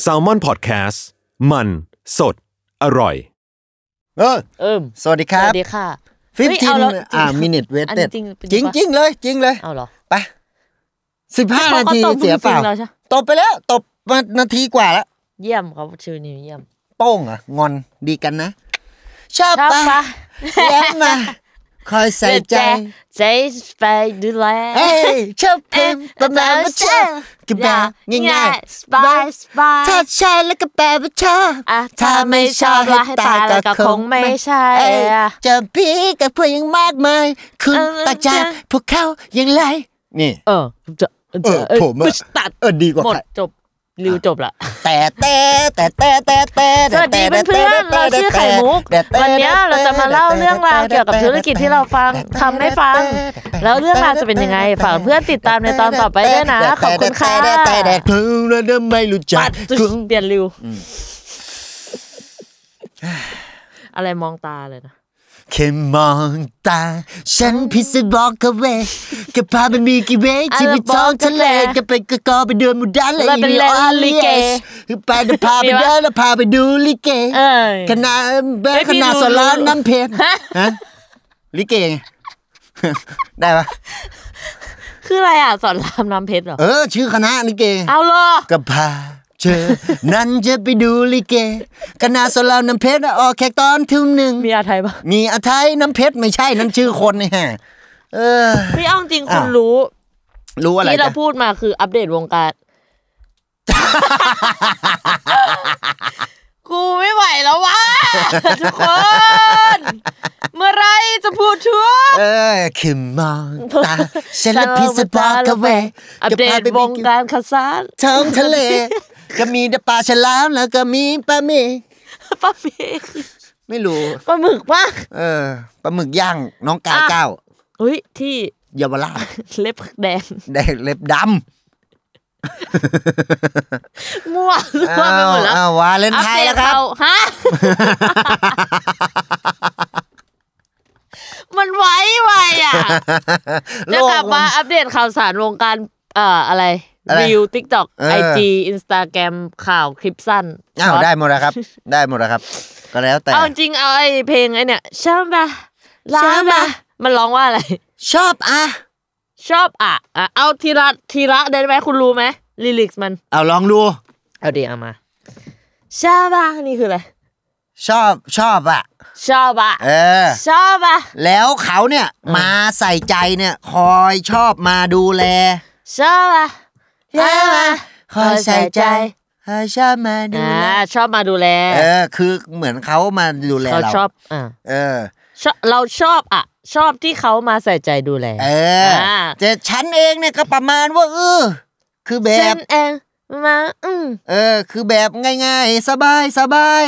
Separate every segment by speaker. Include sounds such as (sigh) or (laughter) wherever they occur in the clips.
Speaker 1: แซลมอนพอดแคสต์มันสดอร่อย
Speaker 2: เออ
Speaker 3: เอิ่ม
Speaker 2: สวัสดีครับ
Speaker 3: สวัสดีค่ะ เฮ้ยเอาแล้วจ
Speaker 2: 15
Speaker 3: ริง
Speaker 2: อ่า minute
Speaker 3: อัน
Speaker 2: waited
Speaker 3: จริง
Speaker 2: จริงจริ
Speaker 3: ปะ
Speaker 2: งเลย จริงเลย
Speaker 3: เอาเหรอ
Speaker 2: ไปสิบห้า
Speaker 3: เขา
Speaker 2: นาที
Speaker 3: ก็ตบ
Speaker 2: เสียเปล่า
Speaker 3: จริงๆแล้วใช่
Speaker 2: ตบไปแล้ว ตบมานาทีกว่าแล้ว
Speaker 3: เยี่ยมเขาชื่อนี้เยี่ยม
Speaker 2: โป้งเหรอ่ะ งอนดีกันนะ ชอบ
Speaker 3: ชอบ
Speaker 2: ปะ
Speaker 3: ปะ
Speaker 2: แย้ม
Speaker 3: (laughs)
Speaker 2: มา คอยใส่ใจ
Speaker 3: ใจไปดูแล
Speaker 2: เอ้ยชอบเพลงประมาณว่าชอบกับแบบง่าย
Speaker 3: สบายสบาย
Speaker 2: ๆถ้าใช่แล้วก็แปลว่าชอบ
Speaker 3: อ่ะถ้าไม่ชอบละให้ตายแล้วก็คงไม่ใช่
Speaker 2: เอ้ย
Speaker 3: อ่ะ
Speaker 2: เจอพี่กับเพื่อนยังมากมาย คุณ
Speaker 3: เออ
Speaker 2: ตาจากพวกเขายังไร นี่
Speaker 3: เออจะ
Speaker 2: เออผมอะ
Speaker 3: ตัด
Speaker 2: เออดีกว่า
Speaker 3: หมด
Speaker 2: ใคร
Speaker 3: จบริวจบละ
Speaker 2: แต่แต่แต่แต่แต่แต่
Speaker 3: สวัสดีเพื่อนๆเราชื่อไข่มุก วันนี้เราจะมาเล่าเรื่องราวเกี่ยวกับธุรกิจที่เราฟังทำให้ฟัง แล้วเรื่องราวจะเป็นยังไงฝากเพื่อนติดตามในตอนต่อไปด้วยนะขอบคุณค่ะ
Speaker 2: แต่แต่แต่เธอเริ่มไม่รู้จั
Speaker 3: ปั
Speaker 2: ก
Speaker 3: ดจุดเปลี่ยนริว (sighs) อะไรมองตาเลยนะ
Speaker 2: แค่มองตา ฉันพิเศษบอกกันเวย
Speaker 3: (laughs)
Speaker 2: กับพามันมีกี่เวยที่มีท้องทะเลกับไปกะกอไปเดินหมุดดันเลย
Speaker 3: แล้วเป็นแรงลิเก
Speaker 2: ไปเดินพาไปเดิ
Speaker 3: (laughs)
Speaker 2: นแล้วพาไปดูลิเก
Speaker 3: เอ้ย
Speaker 2: คณะเบ
Speaker 3: เอ้ย
Speaker 2: ค
Speaker 3: พี่
Speaker 2: ณะ
Speaker 3: รู้
Speaker 2: สอนราม
Speaker 3: รู้
Speaker 2: น้ำเพชรฮะลิเกไง (laughs) ได้ปะ
Speaker 3: คืออะไรอ่ะ สอนรามน้ำเพชรเหรอ
Speaker 2: เออ ชื่อคณะลิเก
Speaker 3: เอาเหรอ
Speaker 2: กับพาเจอ นั้นจะไปดูลิเกคณะสอนรามน้ำเพชรออกแขกตอนทุ่มหนึ่ง
Speaker 3: มีอาไทยปะ
Speaker 2: มีอาทัยน้ำเพชรไม่ใช่นั่นชื่อคนนี่ฮะเออ
Speaker 3: พี่เอาจริงๆคุ
Speaker 2: อ้าว
Speaker 3: ณรู้
Speaker 2: รู้อะไร
Speaker 3: ที่เรา
Speaker 2: จ๊ะ
Speaker 3: พูดมาคืออัปเดตวงการ กูไม่ไหวแล้ววะทุกคน เมื่อไรจะพูดชัว
Speaker 2: เออคือมองตาฉันและพิษบอกกันเวย
Speaker 3: อัปเดตวงการคาซาน
Speaker 2: ท้องทะเล ก็มีแต่ปลาฉลามแล้วก็มีปลาเม
Speaker 3: ป้าเมฆ
Speaker 2: ไม่รู้
Speaker 3: ปลาหมึกปะ
Speaker 2: เออปลาหมึกย่างน้องกาย
Speaker 3: อ่ะ
Speaker 2: เก้า
Speaker 3: เฮ้ย ที่
Speaker 2: เยาวราช
Speaker 3: เล็บแดง
Speaker 2: ได้เล็บด
Speaker 3: มั่ว
Speaker 2: ำ
Speaker 3: มั่วไปหมดแล้ว
Speaker 2: อ้าววาเลนไทน์แล้วครับ
Speaker 3: อัปเดตเขาฮะ มันไวไวอ่ะ
Speaker 2: โล
Speaker 3: จะ
Speaker 2: ก
Speaker 3: กลับ
Speaker 2: มั
Speaker 3: มาน อัปเดตข่าวสารวงการเอ่ออะไร
Speaker 2: อะไร
Speaker 3: วิวทิกตอก
Speaker 2: เออ
Speaker 3: ไอจีอินสตาแกรมข่าวคลิปสั้น
Speaker 2: อ้าว
Speaker 3: ช็ต
Speaker 2: ได้หมดแล้วครับ ได้หมดแล้วครับ ก็แล้วแต่
Speaker 3: เอาจริงเอาไอเพลงไอเนี่ยชอบปะ
Speaker 2: ชอบปะ
Speaker 3: มันร้องว่าอะไร (laughs)
Speaker 2: ชอบอ่ะ
Speaker 3: ชอบอ่ะอ่ะเอาทีละทีละได้ไหมคุณรู้ไหมลิลิกมัน
Speaker 2: เอาลองดู
Speaker 3: เอาดีเอามา ชอบปะนี่คืออะไร
Speaker 2: ชอบชอบอ่ะ
Speaker 3: ชอบปะ
Speaker 2: เออ
Speaker 3: ชอบปะ
Speaker 2: แล้วเขาเนี่ยมาใส่ใจเนี่ย คอยชอบมาดูแล
Speaker 3: ชอบปะ เออ
Speaker 2: คอยใส่ใจคอยชอบมาดู
Speaker 3: อ่า
Speaker 2: แล
Speaker 3: ชอบมาดูแล
Speaker 2: เออ คือเหมือนเขามาดูแล
Speaker 3: เขา
Speaker 2: เรา
Speaker 3: ชอบอ่า
Speaker 2: เออ
Speaker 3: ชอบเราชอบอ่ะ ชอบที่เขามาใส่ใจดูแล
Speaker 2: เออ
Speaker 3: อ่า
Speaker 2: แต่ฉันเองเนี่ยก็ประมาณว่าเออคือแบ
Speaker 3: ฉั
Speaker 2: บ
Speaker 3: นเองมาอืม
Speaker 2: เออ คือแบบง่ายๆ สบายสบาย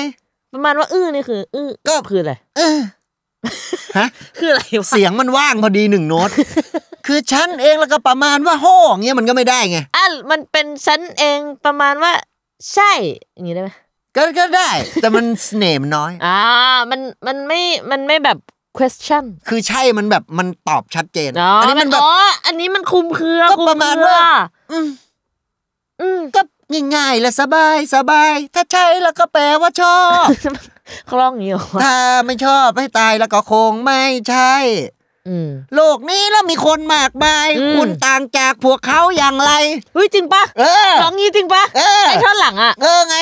Speaker 3: ประมาณว่าอื้อนี่คืออื้อ
Speaker 2: ก็
Speaker 3: คืออะไร
Speaker 2: เออฮะ
Speaker 3: คืออะไรวะ
Speaker 2: เสียงมันว่างพอดีหนึ่งโน้ต คือฉันเองแล้วก็ประมาณว่าโห่อย่างเงี้ยมันก็ไม่ได้ไง
Speaker 3: อ่ะมันเป็นฉันเองประมาณว่า ใช่อย่างนี้ได้ไหม
Speaker 2: ก็ก็ได้ แต่มัน (laughs) เสน่ห์มันน้อย
Speaker 3: อ่า มันมันไม่มันไม่แบบ question
Speaker 2: คือใช่มันแบบมันตอบชัดเจน
Speaker 3: อ๋อ
Speaker 2: น
Speaker 3: อั
Speaker 2: นี้มันแบบ
Speaker 3: อ๋ออันนี้มันคลุมเครือ
Speaker 2: ก็
Speaker 3: คลุม
Speaker 2: ประมาณ
Speaker 3: เครือ
Speaker 2: ว่า
Speaker 3: อืมอืม
Speaker 2: ก็ง่ายๆและสบายสบาย ถ้าใช่แล้วก็แปลว่าชอบ
Speaker 3: (laughs) คล่องอยู่างนี้เหรอวะ
Speaker 2: ถ้าไม่ชอบให้ตายแล้วก็คงไม่ใช่
Speaker 3: อืม
Speaker 2: โลกนี้แล้วมีคนมากมาย
Speaker 3: อืม
Speaker 2: คุณต่างจากพวกเขาอย่างไร
Speaker 3: เฮ้ยจริงปะ
Speaker 2: เออ
Speaker 3: ร้องงี้จริงปะ
Speaker 2: เออ
Speaker 3: ไอ้ท่อนหลังอ่ะ
Speaker 2: เออไง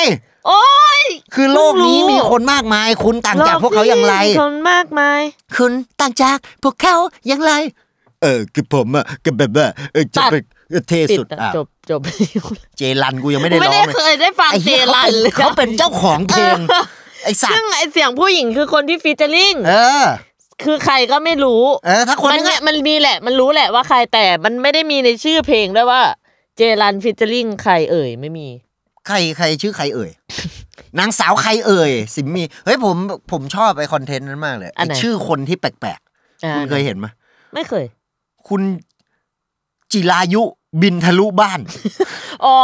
Speaker 3: โอ้ย
Speaker 2: คือโลกนี้
Speaker 3: เพิ่งรู้
Speaker 2: มีคนมากมาย คุณต่างจากพวกเขาอย่างไร
Speaker 3: โลกนี้มีคนมากมาย
Speaker 2: คุณต่างจากพวกเขาอย่างไร เออคือผมอะก็แบบว่าเออจะ
Speaker 3: ตัด
Speaker 2: เป็นเออเท
Speaker 3: ปิ
Speaker 2: สุด
Speaker 3: ดอะ
Speaker 2: อ่ะ
Speaker 3: จบจบ (laughs)
Speaker 2: เจรันกูยังไม่ได้ร้
Speaker 3: ไม่
Speaker 2: อง
Speaker 3: ได้
Speaker 2: เลย
Speaker 3: เคยได้ฟัง
Speaker 2: ไอ้
Speaker 3: เจ
Speaker 2: เหี้ย
Speaker 3: รั
Speaker 2: เขาเป็
Speaker 3: น
Speaker 2: น
Speaker 3: เลย
Speaker 2: เขาเป็นเจ้าของเพลงไอ้สัต
Speaker 3: (laughs) ซึ่ง
Speaker 2: ว์
Speaker 3: ไอเสียงผู้หญิงคือคนที่ฟีเจอริง
Speaker 2: เออ
Speaker 3: คือใครก็ไม่รู้
Speaker 2: เออ ถ้าคน
Speaker 3: มัน
Speaker 2: นึง
Speaker 3: เนี่ย
Speaker 2: อะ
Speaker 3: มันมีแหละ มันรู้แหละว่าใครแต่มันไม่ได้มีในชื่อเพลงด้วยว่า เจรันฟิชเจอริงใครเอ่ยไม่มี
Speaker 2: ใครใครชื่อใครเอ่ย นางสาวใครเอ่ย สิมมีเฮ้ยผมผมชอบไอคอนเทนต์นั้นมากเลย
Speaker 3: อันไหน
Speaker 2: ไอ้ชื่อคนที่แปลกๆ คุณเคยเห็นไหม
Speaker 3: ไม่เคย
Speaker 2: คุณจิรายุบินทะลุบ้าน
Speaker 3: อ๋อ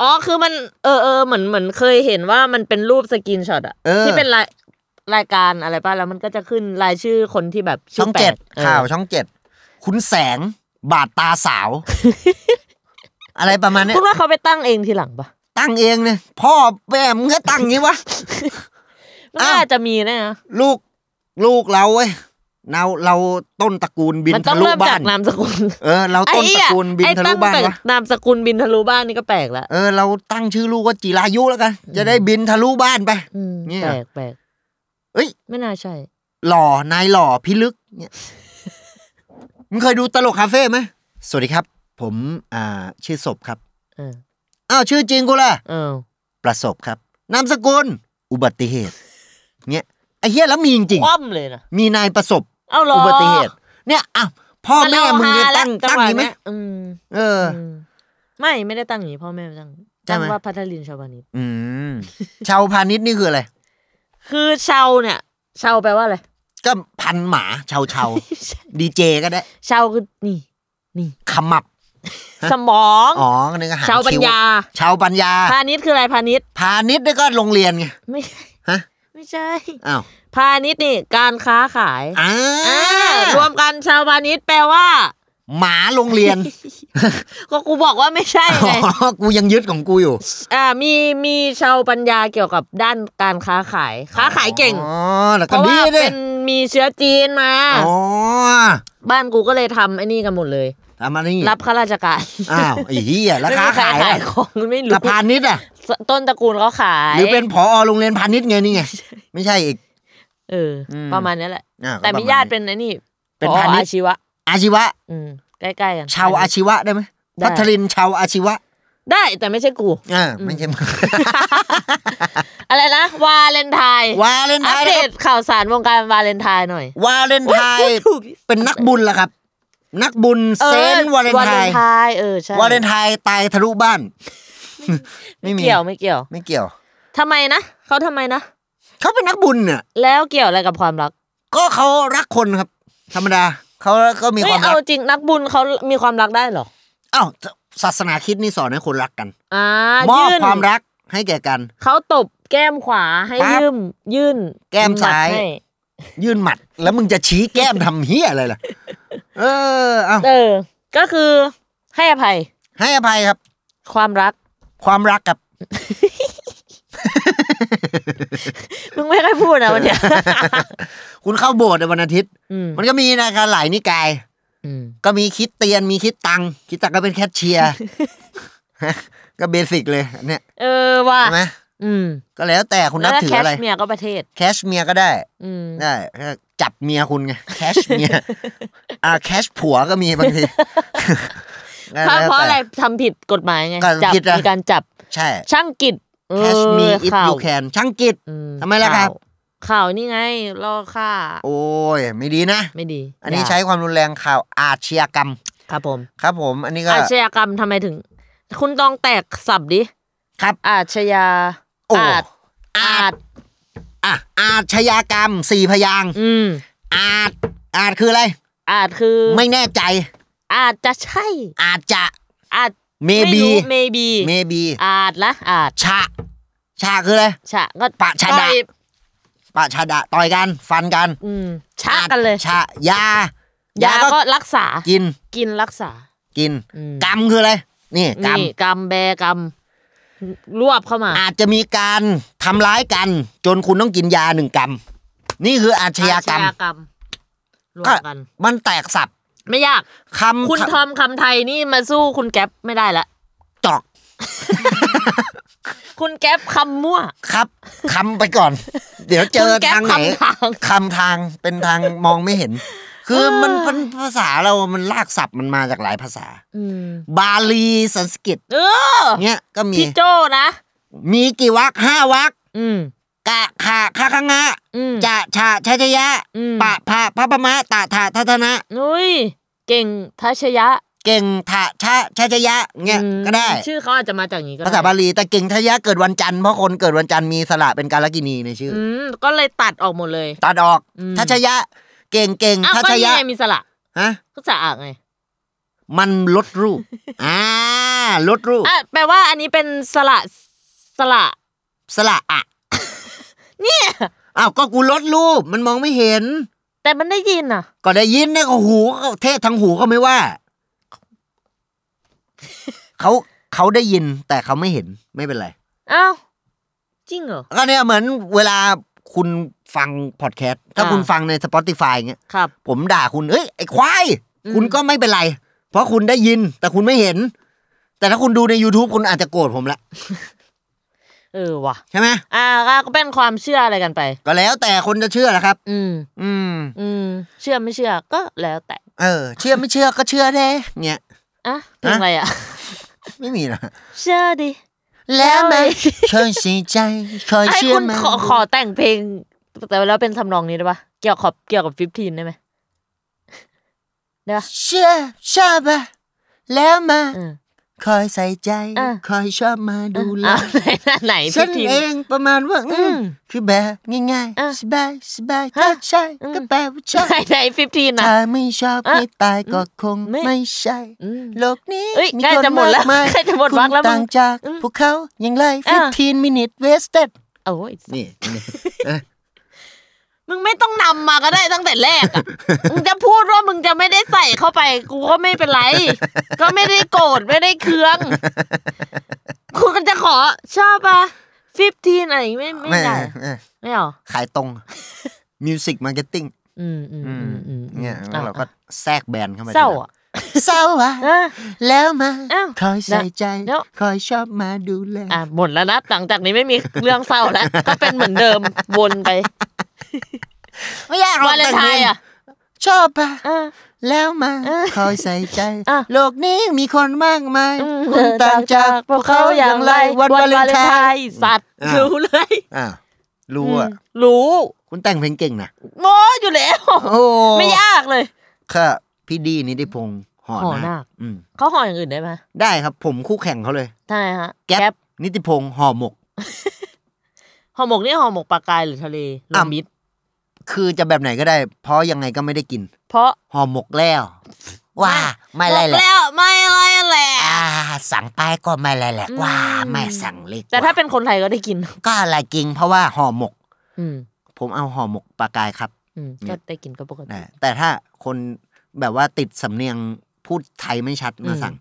Speaker 3: อ๋อ คือมัน เออเออเหมือน เหมือนเคยเห็นว่ามันเป็นรูปสกรีนช็อตอะ
Speaker 2: เออ
Speaker 3: ที่เป็นรายรายการอะไรป่ะ แล้วมันก็จะขึ้นรายชื่อคนที่แบบ
Speaker 2: ช่องเจ็ด
Speaker 3: แปลกออ
Speaker 2: ข่าวช่องเจ็ดคุณแสงบาดตา
Speaker 3: (laughs)
Speaker 2: สาว อะไรประมาณเนี้ย
Speaker 3: คุณว่าเขาไปตั้งเองทีหลังปะ
Speaker 2: ตั้งเองเนี่ยพ่อแม่มึงก็ตั้งงี้วะ
Speaker 3: มันก็
Speaker 2: อ้าว
Speaker 3: อาจจะมีนะ
Speaker 2: ลูกลูกเราเว้ยเราเราต้นตระกูลบิน
Speaker 3: มันต้อ
Speaker 2: ทะ
Speaker 3: ง
Speaker 2: ลุ
Speaker 3: เริ่ม
Speaker 2: บ้า
Speaker 3: จาก
Speaker 2: น
Speaker 3: นามสกุล
Speaker 2: เออ เราต้นตระกูลบิน
Speaker 3: ไอ้
Speaker 2: ทะ
Speaker 3: ตั้
Speaker 2: ลุ
Speaker 3: ง
Speaker 2: บ้าน
Speaker 3: แต่
Speaker 2: วะ
Speaker 3: นามสกุลบินทะลุบ้านนี่ก็แปลกละ
Speaker 2: เออเราตั้งชื่อลูกว่าจิรายุแล้วกัน จะได้บินทะลุบ้านไป
Speaker 3: อืม
Speaker 2: เนี่ย
Speaker 3: แปลกแปลก
Speaker 2: เอ้ย
Speaker 3: ไม่น่าใช่
Speaker 2: หล่อนายหล่อพิลึกเนี่ย (laughs) มึงเคยดูตลกคาเฟ่ไหมสวัสดีครับ ผมอ่าชื่อศพครับ
Speaker 3: เออ
Speaker 2: อ้าวชื่อจริงกูล่ะ
Speaker 3: เออ
Speaker 2: ประสบครับนามสกุลอุบัติเหตุ เนี่ยไอ้เหี้ยแล้วมีจริง
Speaker 3: คว่ำเลยนะ
Speaker 2: ๆมีนายประสบ
Speaker 3: เอาเหรอ
Speaker 2: อุ
Speaker 3: อุ
Speaker 2: บัติเหตุ เนี่ยอ้าวพ่อแม่มึงเนี่ยตั้งตั้งนี้ไหม
Speaker 3: อืม
Speaker 2: เออ
Speaker 3: อืมไม่ ไม่ได้ตั้งอย่างนี้พ่อแม่ไม่ตั้ง
Speaker 2: ใช่
Speaker 3: ตั้ง
Speaker 2: ไหม
Speaker 3: ว่าพัทลินชาวานิช
Speaker 2: อืมชาวพาณิชย์นี่คืออะไร
Speaker 3: คือเชาเนี่ยเชาแปลว่าอะไร
Speaker 2: ก็พันหมาชาวชาว (laughs) ดีเจก็ได้
Speaker 3: เชาคือนี่นี่
Speaker 2: ขมับ
Speaker 3: สมอง
Speaker 2: อ๋อนึกอาหาร
Speaker 3: เชาปัญญา
Speaker 2: คิวชาวปัญญา
Speaker 3: พาณิชย์คืออะไรพาณิชย์
Speaker 2: พาณิชย์นี่ก็โรงเรียนไง
Speaker 3: ไม่ใช่
Speaker 2: ฮะ
Speaker 3: ไม่ใช่
Speaker 2: อ้าว
Speaker 3: พาณิชย์นี่ การค้าขาย
Speaker 2: อ่า
Speaker 3: อ่ารวมกันชาวพาณิชย์แปลว่า
Speaker 2: หมาโรงเรียน
Speaker 3: ก็กูบอกว่าไม่ใช่ไง
Speaker 2: อ๋อกูยังยึดของกูอยู่
Speaker 3: อ่ามีมีชาวปัญญาเกี่ยวกับด้านการค้าขาย ค้าขายเก่ง
Speaker 2: อ๋อแล้ว
Speaker 3: เพ
Speaker 2: ก็
Speaker 3: ราะ
Speaker 2: ดี
Speaker 3: ว่า
Speaker 2: ด้ว
Speaker 3: เป็
Speaker 2: ย
Speaker 3: นมีเชื้อจีนมา
Speaker 2: อ๋อ
Speaker 3: บ้านกูก็เลยทำไอ้นี่กันหมดเลย
Speaker 2: ทำอะไรนี่
Speaker 3: รับข้าราชการ
Speaker 2: อ้าวไอ้เหี้ยแล้วค้าขาย
Speaker 3: ไม่มีใค
Speaker 2: อะ
Speaker 3: รขายของไม่
Speaker 2: แต่
Speaker 3: รู้
Speaker 2: พาณิชย์อ่ะ
Speaker 3: ต้นตระกูลเขาขาย
Speaker 2: หรือเป็นผอโรงเรียนพาณิชย์ไงนี่ไง ไม่ใช่อีก
Speaker 3: เอออ
Speaker 2: ม
Speaker 3: ประมาณนี้แหละ
Speaker 2: อ่ก็
Speaker 3: แต่
Speaker 2: ประ
Speaker 3: มี
Speaker 2: ณ
Speaker 3: ญาติเป็นไอ้นี่
Speaker 2: เป็น
Speaker 3: ผอ
Speaker 2: พาณิชย์
Speaker 3: อาชีวะ
Speaker 2: อาชีวะ
Speaker 3: อืมใกล้ๆกัน
Speaker 2: ชาวอาชีวะได้ไหม
Speaker 3: ได้
Speaker 2: พัทรินชาวอาชีวะ
Speaker 3: ได้แต่ไม่ใช่กู
Speaker 2: อ่าไม่ใช่มึง
Speaker 3: อะไรนะ วาเลนไทน์
Speaker 2: วาเลนไท
Speaker 3: อัป
Speaker 2: น์
Speaker 3: เด
Speaker 2: นะครับ
Speaker 3: ตข่าวสารวงการวาเลนไทน์หน่อยว
Speaker 2: าเลนไทน์
Speaker 3: (laughs) ถูก
Speaker 2: เป็นนักบุญล่ะครับ นักบุญเซนต์วาเลนไทน์
Speaker 3: น์เออใช่
Speaker 2: วาเลนไทน์ตายทะลุบ้าน (laughs) ไม่มี
Speaker 3: เกี่ยวไม่เกี่ยว
Speaker 2: ไม่เกี่ยว
Speaker 3: ทำไมนะเขาทำไมนะ
Speaker 2: เขาเป็นนักบุญเนี่ย
Speaker 3: แล้วเกี่ยวอะไรกับความรัก
Speaker 2: ก็เขารักคนครับ ธรรมดาเขาก็มีค
Speaker 3: ไม่
Speaker 2: วามรั
Speaker 3: เอา
Speaker 2: ก
Speaker 3: จริงนักบุญเขามีความรักได้เหรอ
Speaker 2: อ้าวศาสนาคริดนี่สอนให้คนรักกัน
Speaker 3: อ่าม
Speaker 2: อบ
Speaker 3: ยื่น
Speaker 2: ความรักให้แก่กัน
Speaker 3: เขาตบแก้มขวาให้
Speaker 2: ปั๊บ
Speaker 3: ยืมยื่น
Speaker 2: แก้มซ้าย
Speaker 3: หดให้
Speaker 2: ยื่นหมัด แล้วมึงจะชี้แก้มทำเฮียอะไร (laughs) ล่ะ เออเอา
Speaker 3: เออ ก็คือให้อภัย
Speaker 2: ให้อภัยครับ
Speaker 3: ความรัก
Speaker 2: ความรักครับ
Speaker 3: มึงไม่ค่อยพูดนะวันเนี้ย
Speaker 2: คุณเข้าโบสถ์ในวันอาทิตย์
Speaker 3: อืม
Speaker 2: มันก็มีนะครับหลายนิกาย
Speaker 3: อืม
Speaker 2: ก็มีคิดเตียนมีคิดตังค์คิดตังค์ก็เป็นแคชเชียร์ (laughs) ก็เบสิกเลยอันเนี่ย
Speaker 3: เออว่ะ
Speaker 2: ใช่ไหม
Speaker 3: อืม
Speaker 2: ก็แล้วแต่คุณนับ
Speaker 3: แล้ว
Speaker 2: ถือ
Speaker 3: แค
Speaker 2: อะไร
Speaker 3: ชเมียร์ก็ประเทศ
Speaker 2: แคชเมียร์ก็ได้
Speaker 3: อืม
Speaker 2: ได้ก็จับเมียคุณไงแคชเมี
Speaker 3: (laughs)
Speaker 2: ยร์ อ่าแคชผัวก็มีบางที ก็
Speaker 3: เพ
Speaker 2: แล้ว
Speaker 3: ราะเพราะ
Speaker 2: แต่
Speaker 3: อะไรทำผิดกฎหมายไง
Speaker 2: ก็
Speaker 3: จั
Speaker 2: ผิดนะ
Speaker 3: มีการจับ
Speaker 2: ใช่
Speaker 3: ช่างกิจเออ
Speaker 2: แคชเมียร์อิฟ
Speaker 3: ข่าว
Speaker 2: ยูแคนช่างกิจ
Speaker 3: อื
Speaker 2: ทำไมล่ะครับ
Speaker 3: ข่าวข่าวนี่ไงล่อฆ่า
Speaker 2: โอ้ย ไม่ดีนะ
Speaker 3: ไม่ดี
Speaker 2: อันนี้
Speaker 3: ย่า
Speaker 2: ใช้ความรุนแรงข่าวอาชญากรรม
Speaker 3: ครับผม
Speaker 2: ครับผม อันนี้ก็
Speaker 3: อาชญากรรมทำไมถึง คุณต้องแตกสับดิ
Speaker 2: ครับ
Speaker 3: อาชญา
Speaker 2: โอ้
Speaker 3: อาจ
Speaker 2: อา
Speaker 3: อา
Speaker 2: จ
Speaker 3: จ
Speaker 2: อ่ะอาชญากรรมสี่พยางค์
Speaker 3: อืม
Speaker 2: อาจอาจคืออะไร
Speaker 3: อาจคือ
Speaker 2: ไม่แน่ใจ
Speaker 3: อาจจะใช่
Speaker 2: อาจจะ
Speaker 3: อาจ
Speaker 2: maybe
Speaker 3: เมบี
Speaker 2: maybe
Speaker 3: อาจละอาจ
Speaker 2: ชะ ชะคืออะไร
Speaker 3: ชะก็
Speaker 2: ปะชะดะ
Speaker 3: ต่อย
Speaker 2: ปะชาดะต่อยกัน ฟันกัน
Speaker 3: อืมชะกันเลย
Speaker 2: ชะยา
Speaker 3: ยาย
Speaker 2: าก็
Speaker 3: ก็รักษา
Speaker 2: กิน
Speaker 3: กินรักษา
Speaker 2: กิน
Speaker 3: อืม
Speaker 2: กรรมคืออะไร นี่กรรม
Speaker 3: นี่กำแบกำรวบเข้ามา
Speaker 2: อาจจะมีการทำร้ายกัน จนคุณต้องกินยาหนึ่งกรรม นี่คืออาชญากรรม
Speaker 3: อาชญากรรมรวม
Speaker 2: ก็
Speaker 3: กัน
Speaker 2: มันแตกสับ
Speaker 3: ไม่ยาก
Speaker 2: คำ
Speaker 3: คุณทอมคำไทยนี่มาสู้คุณแก๊ปไม่ได้ละ
Speaker 2: จอก
Speaker 3: คุณแก๊ปคำมั่ว
Speaker 2: ครับคำไปก่อน เดี๋ยวเจอ
Speaker 3: คุณแก๊ป
Speaker 2: ทางไหน
Speaker 3: คำ
Speaker 2: คำ
Speaker 3: ทาง
Speaker 2: ทางเป็นทางมองไม่เห็น คือมันเป็นภาษาเรามันลากศัพท์มันมาจากหลายภาษา
Speaker 3: อืม
Speaker 2: บาลีสันสกฤต
Speaker 3: เออ
Speaker 2: เนี้ยก็มี
Speaker 3: พี่โจ้นะ
Speaker 2: มีกี่วรรคห้าวรรค
Speaker 3: อืม
Speaker 2: กะขะคะคังะ
Speaker 3: อืม
Speaker 2: จะชะชะชะยะ
Speaker 3: อืม
Speaker 2: ปะพะพะปะมะตะถะทะทะนะ
Speaker 3: นุ้ย เก่งทัชยะ
Speaker 2: เก่งทะชะชะชะยะเงี้ย
Speaker 3: อืม
Speaker 2: ก็ได้
Speaker 3: ชื่อเขาอาจจะมาจากอย่างนี้ก็ได้
Speaker 2: ภาษาบาลีแต่เก่งทะยะเกิดวันจันทร์เพราะคนเกิดวันจันทร์มีสระเป็นกาลกินีในชื่ออ
Speaker 3: อืมก็เลยตัดออกหมดเลย
Speaker 2: ตัดออก
Speaker 3: อืม
Speaker 2: ทัชยะ เก่งเก่ง
Speaker 3: อ้าว
Speaker 2: ทั
Speaker 3: ก็
Speaker 2: ชยะ
Speaker 3: นี่ไงมีสระ
Speaker 2: ฮะ
Speaker 3: ก็สระอ่างไง
Speaker 2: มันลดรูป อ่าลดรูป
Speaker 3: อ่ะแปลว่าอันนี้เป็นสระสระ
Speaker 2: สระอะเนี่ยอ้าวก็กูลดรูปมันมองไม่เห็น
Speaker 3: แต่มันได้ยินอ่ะ
Speaker 2: ก็ได้ยินเนี่ยก็หูก็เทศทางหูก็ไม่ว่า (laughs) เขาเขาได้ยินแต่เขาไม่เห็นไม่เป็นไร
Speaker 3: อ้าวจริงเหรอ
Speaker 2: ก็เนี่ยเหมือนเวลาคุณฟังพอดแคสต์ถ้า
Speaker 3: อ่า
Speaker 2: คุณฟังใน Spotify เงี้ย
Speaker 3: ครับ
Speaker 2: ผมด่าคุณเอ้ยไอ้ควาย
Speaker 3: อืม
Speaker 2: คุณก็ไม่เป็นไร เพราะคุณได้ยิน แต่คุณไม่เห็น แต่ถ้าคุณดูใน YouTube คุณอาจจะโกรธผมละ
Speaker 3: เออว่ะ
Speaker 2: ใช่ไหม
Speaker 3: อ่าก็เป็นความเชื่ออะไรกันไป
Speaker 2: ก็แล้วแต่คนจะเชื่อนะครับ
Speaker 3: อืม
Speaker 2: อืม
Speaker 3: อืม เชื่อไม่เชื่อก็แล้วแต่
Speaker 2: เออ เชื่อไม่เชื่อก็เชื่อเด้เงี้ย
Speaker 3: อ่ะเพลงอะไรอ่ะ
Speaker 2: ไม่มีนะ
Speaker 3: เชื่อดิ
Speaker 2: แล้วไหม
Speaker 3: (laughs)
Speaker 2: เคยเสียใจเคย
Speaker 3: ไอ้
Speaker 2: เชื่อ
Speaker 3: คุณ
Speaker 2: ไหม
Speaker 3: ขอขอแต่งเพลง แต่แล้วเป็นทำนองนี้ได้ปะเกี่ยวขอบเกี่ยวกับฟิฟทีนได้ไหมได้ปะ
Speaker 2: เชื่อชอบอะแล้วมา
Speaker 3: เออ
Speaker 2: คอยใส่ใจ
Speaker 3: อ่ะ
Speaker 2: คอยชอบมาดูแล
Speaker 3: อ่ะ (laughs) ไหนหน้าไหน
Speaker 2: ฉั
Speaker 3: ฟิ
Speaker 2: น
Speaker 3: ฟทีน
Speaker 2: เองประมาณว่าอื
Speaker 3: อื
Speaker 2: ม
Speaker 3: ม
Speaker 2: คือแบบง่าย
Speaker 3: อ่ะ
Speaker 2: ๆ สบายสบาย
Speaker 3: ฮะ
Speaker 2: ถ้าใช่
Speaker 3: อืม
Speaker 2: ก็แปลว่าใช่
Speaker 3: ไหนไหนฟิฟทีนนะ
Speaker 2: ถ้าไม่ชอบ
Speaker 3: อ่ะ
Speaker 2: ไม่ตายก็คง
Speaker 3: ไม่
Speaker 2: ไม่ใช่
Speaker 3: อืม
Speaker 2: โลกนี้
Speaker 3: เอ้ย
Speaker 2: มี
Speaker 3: ใกล้
Speaker 2: คน
Speaker 3: จะหมดแล้ว
Speaker 2: มากมาย
Speaker 3: ใกล้จะหมดวรรคแล้ว
Speaker 2: คุณต่างจาก
Speaker 3: อืม
Speaker 2: พวกเขาอย่างไร
Speaker 3: อ่ะ
Speaker 2: 15 minute wasted
Speaker 3: โอ้ย
Speaker 2: นี่นี่
Speaker 3: มึงไม่ต้องนำมาก็ได้ตั้งแต่แร
Speaker 2: (laughs)
Speaker 3: กอ่ะ มึงจะพูดว่ามึงจะไม่ได้ใส่เข้าไป กูก็ไม่
Speaker 2: (laughs)
Speaker 3: เป็นไร ก็ไม่ได้โกรธไม่ได้เคืองกูก็จะขอชอบปะฟิฟทีนอะไรอย่างงี้ไม่ไม่ได้
Speaker 2: เออ
Speaker 3: ไม่เหรอ
Speaker 2: ขาย
Speaker 3: (laughs)
Speaker 2: ตรง music marketing
Speaker 3: อืมอืม
Speaker 2: อื
Speaker 3: อื
Speaker 2: ม
Speaker 3: มอืม
Speaker 2: เนี่ยแล้วเราก็แทรกแบรนด์เข้ามา
Speaker 3: เศร้าอ่ะ
Speaker 2: เศร้าอะ
Speaker 3: อ่ะ
Speaker 2: แล้วมา
Speaker 3: อ้าว
Speaker 2: คอยใส่ใจ
Speaker 3: เดี๋ยว
Speaker 2: คอยชอบมาดูแล
Speaker 3: อ่ะหมดแล้วนะหลังจากนี้ไม่มีเรื่องเศร้า
Speaker 2: (laughs)
Speaker 3: แล้ว ก็เป็นเหมือนเดิมวนไป
Speaker 2: ไม่ยากหรอก
Speaker 3: วาเลนไทน์อ่ะ
Speaker 2: ชอบปะ
Speaker 3: อ่ะ
Speaker 2: แล้วมา
Speaker 3: อ่ะ
Speaker 2: คอยใส่ใจ
Speaker 3: อ่ะ
Speaker 2: โลกนี้มีคนมากมาย
Speaker 3: อืม
Speaker 2: คุณต่างจากพวกเขาอย่างไรวันวาเลนไทน์
Speaker 3: น์สัตว์
Speaker 2: อ่ะ
Speaker 3: รู้เลย
Speaker 2: อ่าวรู้อ่ะ
Speaker 3: อืมรู้
Speaker 2: คุณแต่งเพลงเก่งนะ
Speaker 3: โง่อยู่แล้ว
Speaker 2: โอ้
Speaker 3: ไม่ยากเลย
Speaker 2: ค่ะพี่ดีนิติพงศ์หอ
Speaker 3: หอ
Speaker 2: นาค
Speaker 3: นาค
Speaker 2: อืม
Speaker 3: เขาห่ออย่างอื่นได้ไหม
Speaker 2: ได้ครับผมคู่แข่งเขาเลย
Speaker 3: ได้ฮะ
Speaker 2: แก๊ป นิติพงศ์ห่อหมก
Speaker 3: ห่อหมกนี่ห่อหมกปลากายหรือทะเลรว
Speaker 2: อ่ะ
Speaker 3: มมิตร
Speaker 2: คือจะแบบไหนก็ได้ เพราะยังไงก็ไม่ได้กิน
Speaker 3: เพราะ
Speaker 2: ห่อหมกแล้วว่าไม่ไร
Speaker 3: ห
Speaker 2: แห
Speaker 3: ก
Speaker 2: ละ
Speaker 3: แล้วไม่ไรแหละ
Speaker 2: อ่าสั่งไปก็ไม่อะไรแหละ
Speaker 3: อืม
Speaker 2: ว่าไม่สั่งเล็ก
Speaker 3: แต่ถ้า
Speaker 2: ว่
Speaker 3: เป็นคนไทยก็ได้กิน
Speaker 2: ก็อะไรจริงเพราะว่าห่อหมก
Speaker 3: อืม
Speaker 2: ผมเอาห่อหมกปลากายครับ
Speaker 3: อืมก็ได้กินก็ปกติ
Speaker 2: นะแต่ถ้าคนแบบว่าติดสำเนียงพูดไทยไม่ชัด
Speaker 3: อืม
Speaker 2: มาสั่ง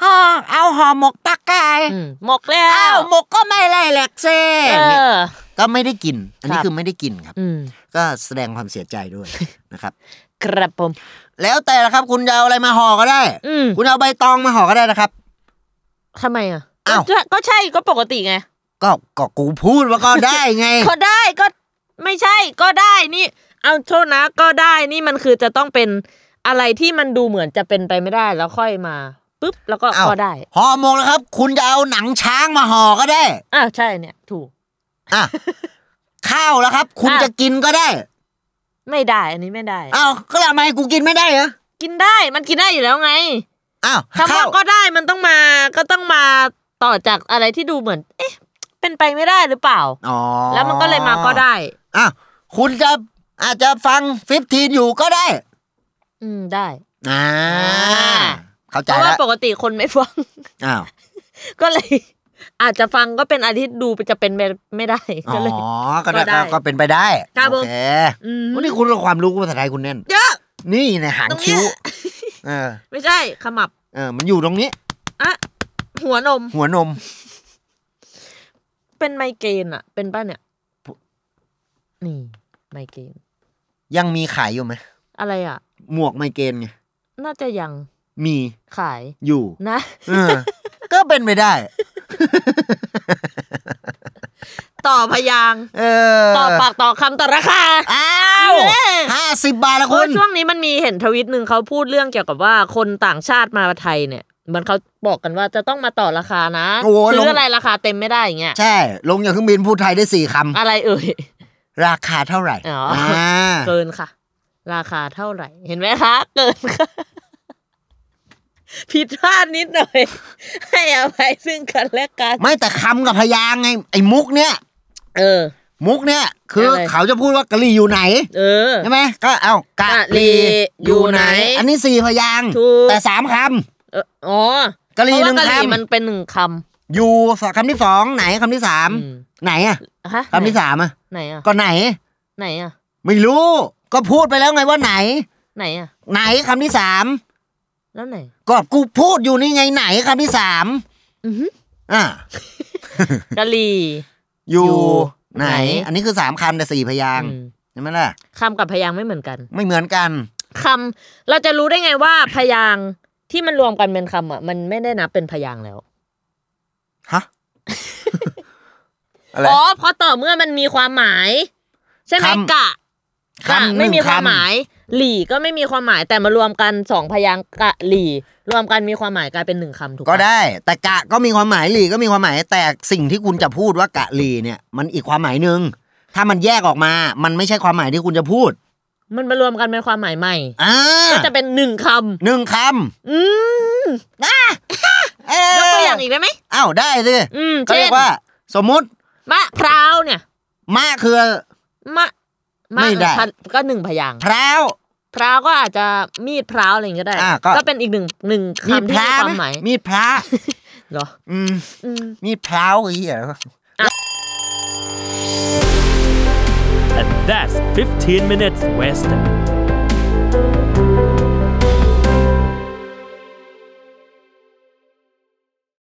Speaker 2: ห่อเอาห่อหมกปลากาย
Speaker 3: อืมหมกแล้
Speaker 2: อ้าว
Speaker 3: ว
Speaker 2: หมกก็ไม่อะไรแหละเซ่
Speaker 3: เอ
Speaker 2: เนี่ย
Speaker 3: อ
Speaker 2: ก็ไม่ได้กิน อันนี้
Speaker 3: ครับ
Speaker 2: คือไม่ได้กินครับ
Speaker 3: อืม
Speaker 2: ก็แสดงความเสียใจด้วย นะครับ
Speaker 3: ครับผม
Speaker 2: แล้วแต่ละครับ คุณจะเอาอะไรมาห่อก็ได้
Speaker 3: อืม
Speaker 2: คุณเอาใบตองมาห่อก็ได้นะครับ
Speaker 3: ทำไมอ่ะ
Speaker 2: อ้าว
Speaker 3: ก็ก็ใช่ก็ปกติไง
Speaker 2: ก็ก็กูพูดว่าก็ได้ไง
Speaker 3: ก็ได้ก็ไม่ใช่ก็ได้นี่ เอาโทษนะก็ได้นี่มันคือจะต้องเป็นอะไรที่มันดูเหมือนจะเป็นไปไม่ได้แล้วค่อยมาปุ๊บแล้วก็
Speaker 2: อ้าว
Speaker 3: ก็ได้
Speaker 2: ห่อหมกนะครับ คุณจะเอาหนังช้างมาห่อก็ได้
Speaker 3: อ่าใช่เนี่ย ถูก (laughs)
Speaker 2: อ่ะ ข้าวแล้วครับ คุณ
Speaker 3: อ่ะ
Speaker 2: จะกินก็ได้
Speaker 3: ไม่ได้อันนี้ไม่ได้
Speaker 2: อ้าวก็ทำไมกูกินไม่ได้เหรอ
Speaker 3: กินได้มันกินได้อยู่แล้วไง
Speaker 2: อ้าว
Speaker 3: คำ
Speaker 2: ข้า
Speaker 3: ว่าว ก็ได้มันต้องมาก็ต้องมาต่อจากอะไรที่ดูเหมือน เอ๊ะ เป็นไปไม่ได้หรือเปล่า
Speaker 2: อ๋อ
Speaker 3: แล้วมันก็เลยมาก็ได้
Speaker 2: อ้าวคุณจะอาจจะฟังฟิฟทีนอยู่ก็ได้
Speaker 3: อืมได้
Speaker 2: อ่า
Speaker 3: อ่า
Speaker 2: เข้า
Speaker 3: เพ
Speaker 2: ใจ
Speaker 3: ราะว่า
Speaker 2: แล้ว
Speaker 3: ปกติคนไม่ฟัง (laughs)
Speaker 2: อ้าว
Speaker 3: ก็เลย อาจจะฟังก็เป็นอะไรที่ดูจะเป็นไปไม่ได้
Speaker 2: อ๋
Speaker 3: ก็เลย
Speaker 2: อก็ได้
Speaker 3: ก็ได้
Speaker 2: ก็เป็นไปได้
Speaker 3: ครับผ
Speaker 2: โอ
Speaker 3: ม
Speaker 2: เค
Speaker 3: อืม
Speaker 2: วันนี้คุณความรู้ภาษาไทยคุณแน่น
Speaker 3: เยอะ
Speaker 2: นี่ในหาง
Speaker 3: ตรงเนี้ย (laughs)
Speaker 2: คิ้วเออ
Speaker 3: ไม่ใช่ขมับ
Speaker 2: เออมันอยู่ตรงนี้
Speaker 3: อะหัวนม
Speaker 2: หัวนม
Speaker 3: เป็นไมเกรนอะเป็นป้ะเนี่ยนี่ไมเกรน
Speaker 2: ยังมีขายอยู่ไหม
Speaker 3: อะไรอะ
Speaker 2: หมวกไมเกรนไง
Speaker 3: น่าจะยัง
Speaker 2: มี
Speaker 3: ขาย
Speaker 2: อยู่
Speaker 3: นะ (laughs)
Speaker 2: เออ (laughs) ก็เป็นไปได้
Speaker 3: ต่อพยางค์
Speaker 2: เออ
Speaker 3: ต่อปากต่อคำต่อราคา
Speaker 2: อ้าว
Speaker 3: เออ
Speaker 2: ห้าสิบบาทละ
Speaker 3: โอ้
Speaker 2: คุ
Speaker 3: ย
Speaker 2: ณ
Speaker 3: ช่วงนี้มันมีเห็นทวิตหนึ่งเขาพูดเรื่องเกี่ยวกับว่าคนต่างชาติมาไทยเนี่ยเหมันเขาบอกกันว่าจะต้องมาต่อราคานะ
Speaker 2: โอ้ย
Speaker 3: ซื้
Speaker 2: ล
Speaker 3: อง อะไรราคาเต็มไม่ได้อย่างเงี้ย
Speaker 2: ใช่ ลงจากเครื่องบินพูดไทยได้สี่ค
Speaker 3: อะไรเอ่ย
Speaker 2: ำ ราคาเท่าไหร่
Speaker 3: อ๋ออ่
Speaker 2: อ่า
Speaker 3: เกินค่ะ ราคาเท่าไหร่ เห็นไหมคะเกินค่ะ (laughs) ผิดพลาดนิดหน่อย (laughs) ให้อภัยซึ่งกันและกัน
Speaker 2: ไม่แต่คำกับพยางค์ไงไอ้มุกเนี่ย
Speaker 3: เออ
Speaker 2: มุกเนี่ยคือ
Speaker 3: ยังไง
Speaker 2: เขาจะพูดว่ากะลีอยู่ไหน
Speaker 3: เออ
Speaker 2: ใช่ไหมก็เอากะ
Speaker 3: กะลีอยู่ไหน
Speaker 2: อันนี้สี่พยางค์
Speaker 3: ถูก
Speaker 2: แต่สามคำ
Speaker 3: เอออ๋อก
Speaker 2: ะหรี่
Speaker 3: เพราะ
Speaker 2: หนึ่ง
Speaker 3: ว่ากะหรี่
Speaker 2: คำ
Speaker 3: มันเป็นหนึ่งค
Speaker 2: อยู่คำที่สองไหนคำที่สาม
Speaker 3: อืม
Speaker 2: ไหนอะ
Speaker 3: ำฮะ
Speaker 2: คำที่สามอะ
Speaker 3: ไหนอ่ะ
Speaker 2: ก็ไหน
Speaker 3: ไหนอ่ะ
Speaker 2: ไม่รู้ ก็พูดไปแล้วไงว่าไหน
Speaker 3: ไหนอ่ะ
Speaker 2: ไหนคำที่สาม
Speaker 3: แล้ว
Speaker 2: (laughs)
Speaker 3: ไหน
Speaker 2: ก็กูพูดอยู่นี่ไงไหนคำที่สาม
Speaker 3: อือฮึ
Speaker 2: อ่ะ
Speaker 3: กะหรี่
Speaker 2: อยู่
Speaker 3: อยู่
Speaker 2: ไหน
Speaker 3: ไหน
Speaker 2: อันนี้คือสามคำแต่สี่พยางค์
Speaker 3: อืม
Speaker 2: ใช่ไหมล่ะ
Speaker 3: คำกับพยางค์ไม่เหมือนกัน
Speaker 2: ไม่เหมือนกัน
Speaker 3: คำเราจะรู้ได้ไงว่าพยางค์ที่มันรวมกันเป็นคำอ่ะ มันไม่ได้นับเป็นพยางค์แล้ว (laughs)
Speaker 2: ฮะ อะไร
Speaker 3: อ๋อเพราะต่อเมื่อมันมีความหมาย ใช่ไหม
Speaker 2: คำ
Speaker 3: กะกะ
Speaker 2: คำหนึ่ง
Speaker 3: ไม่มีความ
Speaker 2: คำ
Speaker 3: หมาย หลี่ก็ไม่มีความหมายแต่มารวมกันสองพยางค์กะหลี่ รวมกันมีความหมายกลายเป็นหนึ่งคำถูกปะ
Speaker 2: ก็ได้ แต่กะก็มีความหมายหลีก็มีความหมาย แต่สิ่งที่คุณจะพูดว่ากะหลีเนี่ย มันอีกความหมายหนึ่งถ้ามันแยกออกมา มันไม่ใช่ความหมายที่คุณจะพูด
Speaker 3: มันมารวมกันเป็นความหมายใหม่
Speaker 2: อ่า
Speaker 3: ก็จะเป็นหนึ่งคำ
Speaker 2: หนึ่งค
Speaker 3: อืม
Speaker 2: ำเอ้
Speaker 3: ยกตัวอย่างอีกได้ไหม
Speaker 2: อ้าวได้สิ
Speaker 3: อืม
Speaker 2: เขา
Speaker 3: เช่
Speaker 2: เรี
Speaker 3: น
Speaker 2: ยกว่า สมมติ
Speaker 3: มะพร้าวเนี่ย
Speaker 2: มะคือ
Speaker 3: มะมะ
Speaker 2: ไม่ได้
Speaker 3: พันก็หนึ่งพยางค์
Speaker 2: พร้าว
Speaker 3: พร้าวก็อาจจะมีดพร้าวอะไรอย่างงี้ก็ได้
Speaker 2: อ่ะก็
Speaker 3: ก็เป็นอีกหนึ่งหนึ่ง
Speaker 2: มีพ
Speaker 3: คำที่มี
Speaker 2: ร้า
Speaker 3: ความห
Speaker 2: นะ
Speaker 3: มาย
Speaker 2: มีพร้า
Speaker 3: เหรอ
Speaker 2: อืม
Speaker 3: อืม
Speaker 2: มีพร้าวไอ้เหี้ย
Speaker 4: And that's 15 minutes west.